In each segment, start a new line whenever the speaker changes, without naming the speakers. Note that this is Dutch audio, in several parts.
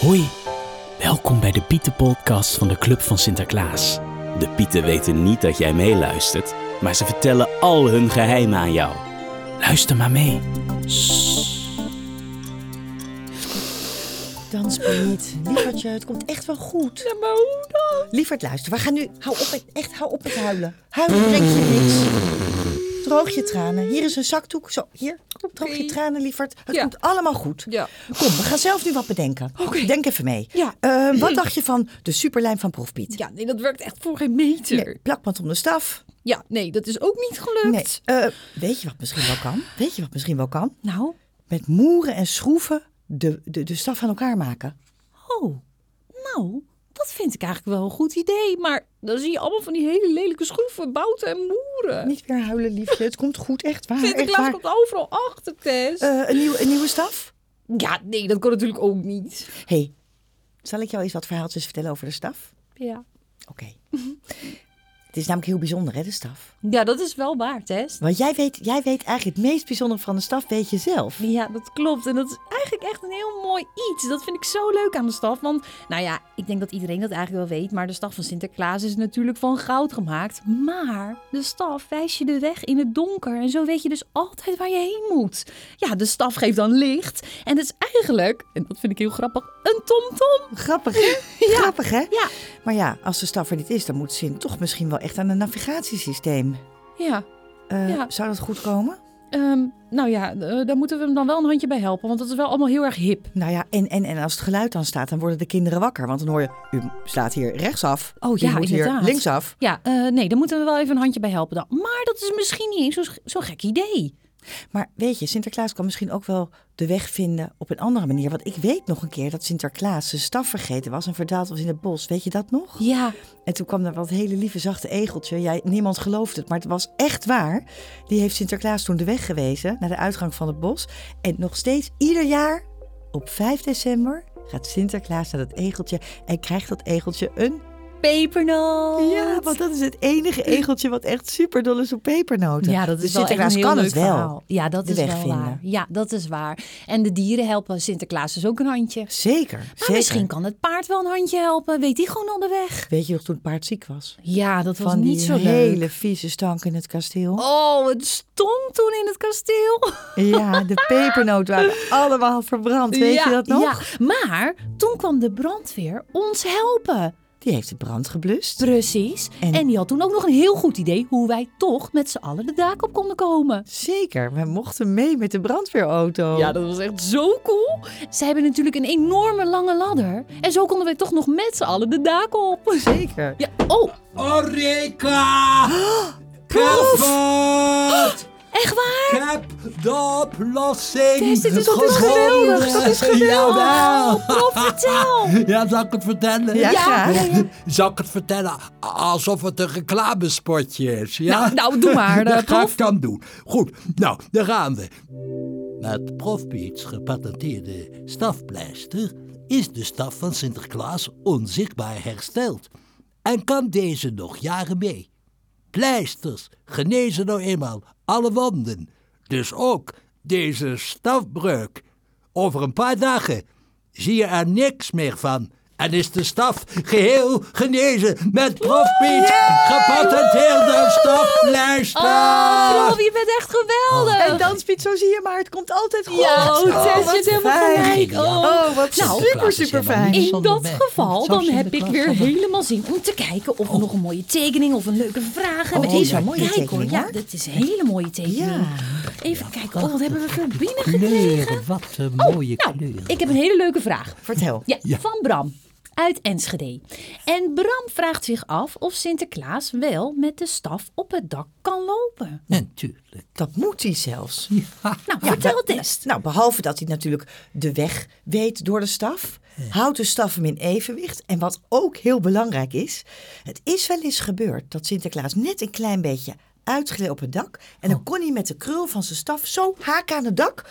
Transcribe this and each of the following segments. Hoi, welkom bij de Pietenpodcast van de Club van Sinterklaas. De Pieten weten niet dat jij meeluistert, maar ze vertellen al hun geheimen aan jou. Luister maar mee.
Dans maar niet. Lievertje, het komt echt wel goed. Ja, maar hoe dan? Lievert, luister. We gaan nu... Hou op met... Echt, hou op met huilen. Huilen brengt je niks. Droog je tranen. Hier is een zakdoek. Zo, hier. Droog je tranen, lieverd. Het
Ja.
komt allemaal goed.
Ja.
Kom, we gaan zelf nu wat bedenken.
Oké.
Denk even mee.
Ja.
Eh, wat dacht je van de superlijn van Proefpiet?
Ja, nee, dat werkt echt voor geen meter.
Nee, plakband om de staf.
Ja, nee, dat is ook niet
Nee.
gelukt.
Eh, weet je wat misschien wel kan? Weet je wat misschien wel kan?
Nou,
Met moeren en schroeven de, de, de staf aan elkaar maken.
oh, nou, dat vind ik eigenlijk wel een goed idee. Maar dan zie je allemaal van die hele lelijke schroeven, bouten en moeren.
Niet weer huilen, liefje. Het komt goed, echt waar. echt
Sinterklaas
waar.
komt overal achter, Tess.
Eh, een, nieuw, een nieuwe staf?
ja, nee, dat kan natuurlijk ook niet.
hey, zal ik jou eens wat verhaaltjes vertellen over de staf?
Ja.
Oké. Mhm. Het is namelijk heel bijzonder, hè, de staf.
ja, dat is wel waar, Tess.
Want jij weet, jij weet eigenlijk het meest bijzondere van de staf, weet je zelf.
Ja, dat klopt. En dat is eigenlijk echt een heel mooi iets. Dat vind ik zo leuk aan de staf. Want, nou ja, ik denk dat iedereen dat eigenlijk wel weet. Maar de staf van Sinterklaas is natuurlijk van goud gemaakt. Maar de staf wijst je de weg in het donker. En zo weet je dus altijd waar je heen moet. Ja, de staf geeft dan licht. En het is eigenlijk, en dat vind ik heel grappig, een tomtom.
Grappig, hè? Grappig, hè?
Ja.
Maar ja, als de staf er niet is, dan moet Sint toch misschien wel echt aan een navigatiesysteem.
Ja,
Eh,
Ja.
Zou dat goed komen?
ehm, nou ja, eh, daar moeten we hem dan wel een handje bij helpen. Want dat is wel allemaal heel erg hip.
Nou ja, en, en, en als het geluid dan staat, dan worden de kinderen wakker. Want dan hoor je, u slaat hier rechtsaf.
Oh
u
ja,
moet
inderdaad.
hier linksaf.
Ja, eh, nee, daar moeten we wel even een handje bij helpen dan. Maar dat is misschien niet eens zo'n zo'n gek idee.
Maar weet je, Sinterklaas kan misschien ook wel de weg vinden op een andere manier. Want ik weet nog een keer dat Sinterklaas zijn staf vergeten was en verdwaald was in het bos. Weet je dat nog?
Ja,
En toen kwam er wat hele lieve zachte egeltje. Ja, niemand gelooft het, maar het was echt waar. Die heeft Sinterklaas toen de weg gewezen naar de uitgang van het bos. En nog steeds ieder jaar op 5 december gaat Sinterklaas naar dat egeltje en krijgt dat egeltje een...
pepernoot.
Ja, want dat is het enige egeltje wat echt super dol is op pepernoten.
Ja, dat is
dus
wel echt een
Sinterklaas
heel
kan
leuk
het wel.
verhaal. Ja, dat
de
is
weg
wel
vinden.
waar. Ja, dat is waar. En de dieren helpen Sinterklaas dus ook een handje. Maar
Zeker, zeker.
misschien kan het paard wel een handje helpen. Weet die gewoon onderweg?
Weet je nog toen het paard ziek was?
Ja, dat was
Van
niet
die
zo
hele
leuk.
vieze stank in het kasteel.
Oh, het stonk toen in het kasteel.
Ja, de pepernoten waren allemaal verbrand. Weet
Ja,
je dat nog?
Ja. Maar toen kwam de brandweer ons helpen.
Die heeft de brand geblust.
Precies.
En-
En, die had toen ook nog een heel goed idee hoe wij toch met z'n allen de daak op konden komen.
Zeker, we mochten mee met de brandweerauto.
Ja, dat was echt zo cool. Ze hebben natuurlijk een enorme lange ladder. En zo konden wij toch nog met z'n allen de daken op.
Zeker.
Ja, oh,
Eureka! Calvert!
echt waar?
Ik heb de oplossing
Tess, dit is toch geweldig? Dat is geweldig. Oh, prof, vertel.
Ja, zal ik het vertellen?
Ja, graag.
Zal ik het vertellen alsof het een reclamespotje is? Ja?
Nou, nou, doe maar, eh,
Dat ga
prof.
ik dan doen. Goed, nou, daar gaan we. Met Profbeats gepatenteerde stafpleister is de staf van Sinterklaas onzichtbaar hersteld. En kan deze nog jaren mee. Pleisters genezen nou eenmaal alle wonden. Dus ook deze stafbreuk. Over een paar dagen zie je er niks meer van. En is de staf geheel genezen met Prof Piet gepatenteerde stafpleister.
Oh, prof, je bent echt geweldig.
En danspiet, zo zie je maar, het komt altijd goed.
Ja, oh, Tess, je
wat
hebt helemaal
fijn.
gelijk. Oh.
Oh, wat
Nou,
super, super fijn.
In dat geval, dan heb ik weer helemaal zin om te kijken of we nog een mooie tekening of een leuke vraag hebben.
die is wel
Even
een mooie
kijken,
tekening,
hoor.
hoor.
Ja, dat is een hele mooie tekening.
Ja.
Even kijken, oh, wat hebben we voor binnen gekregen?
Kleuren, wat een
Oh,
mooie
nou,
kleuren.
ik heb een hele leuke vraag.
Vertel.
Ja, van Bram uit Enschede. En Bram vraagt zich af of Sinterklaas wel met de staf op het dak kan lopen.
Natuurlijk.
Dat moet hij zelfs.
Nou, vertel het eens.
Nou, behalve dat hij natuurlijk de weg weet door de staf, houdt de staf hem in evenwicht. En wat ook heel belangrijk is, het is wel eens gebeurd dat Sinterklaas net een klein beetje uitgleed op het dak. En
Oh.
dan kon hij met de krul van zijn staf zo haken aan het dak.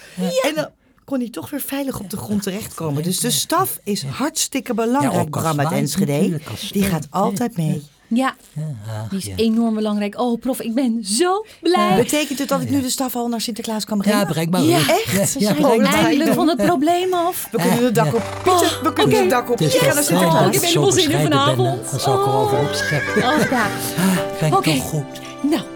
En dan kon hij toch weer veilig op de grond terechtkomen. Dus de staf is hartstikke
Ja,
belangrijk,
ook als
Bram uit
waait
Enschede.
natuurlijk, als
Die
steun.
gaat altijd mee.
Ja,
Ach,
die is
ja.
enorm belangrijk. Oh, prof, ik ben zo blij.
Betekent het dat ik nu de staf al naar Sinterklaas kan brengen?
Ja, breng maar
Ja,
rust.
echt?
Ja,
We
ja,
zijn
breng maar.
eindelijk van het probleem af.
We kunnen het
Eh,
dak op. Pieter, we kunnen het dak op.
Oh, Het is
Ja,
toch
naar Sinterklaas.
fijn
Ik heb
dat ik zo
helemaal zin in
bescheiden ben, hè?
vanavond.
Dan zal ik erover
Oh.
opscheppen.
Oh, ja.
Ah, ben ik
Oké.
toch goed.
Nou,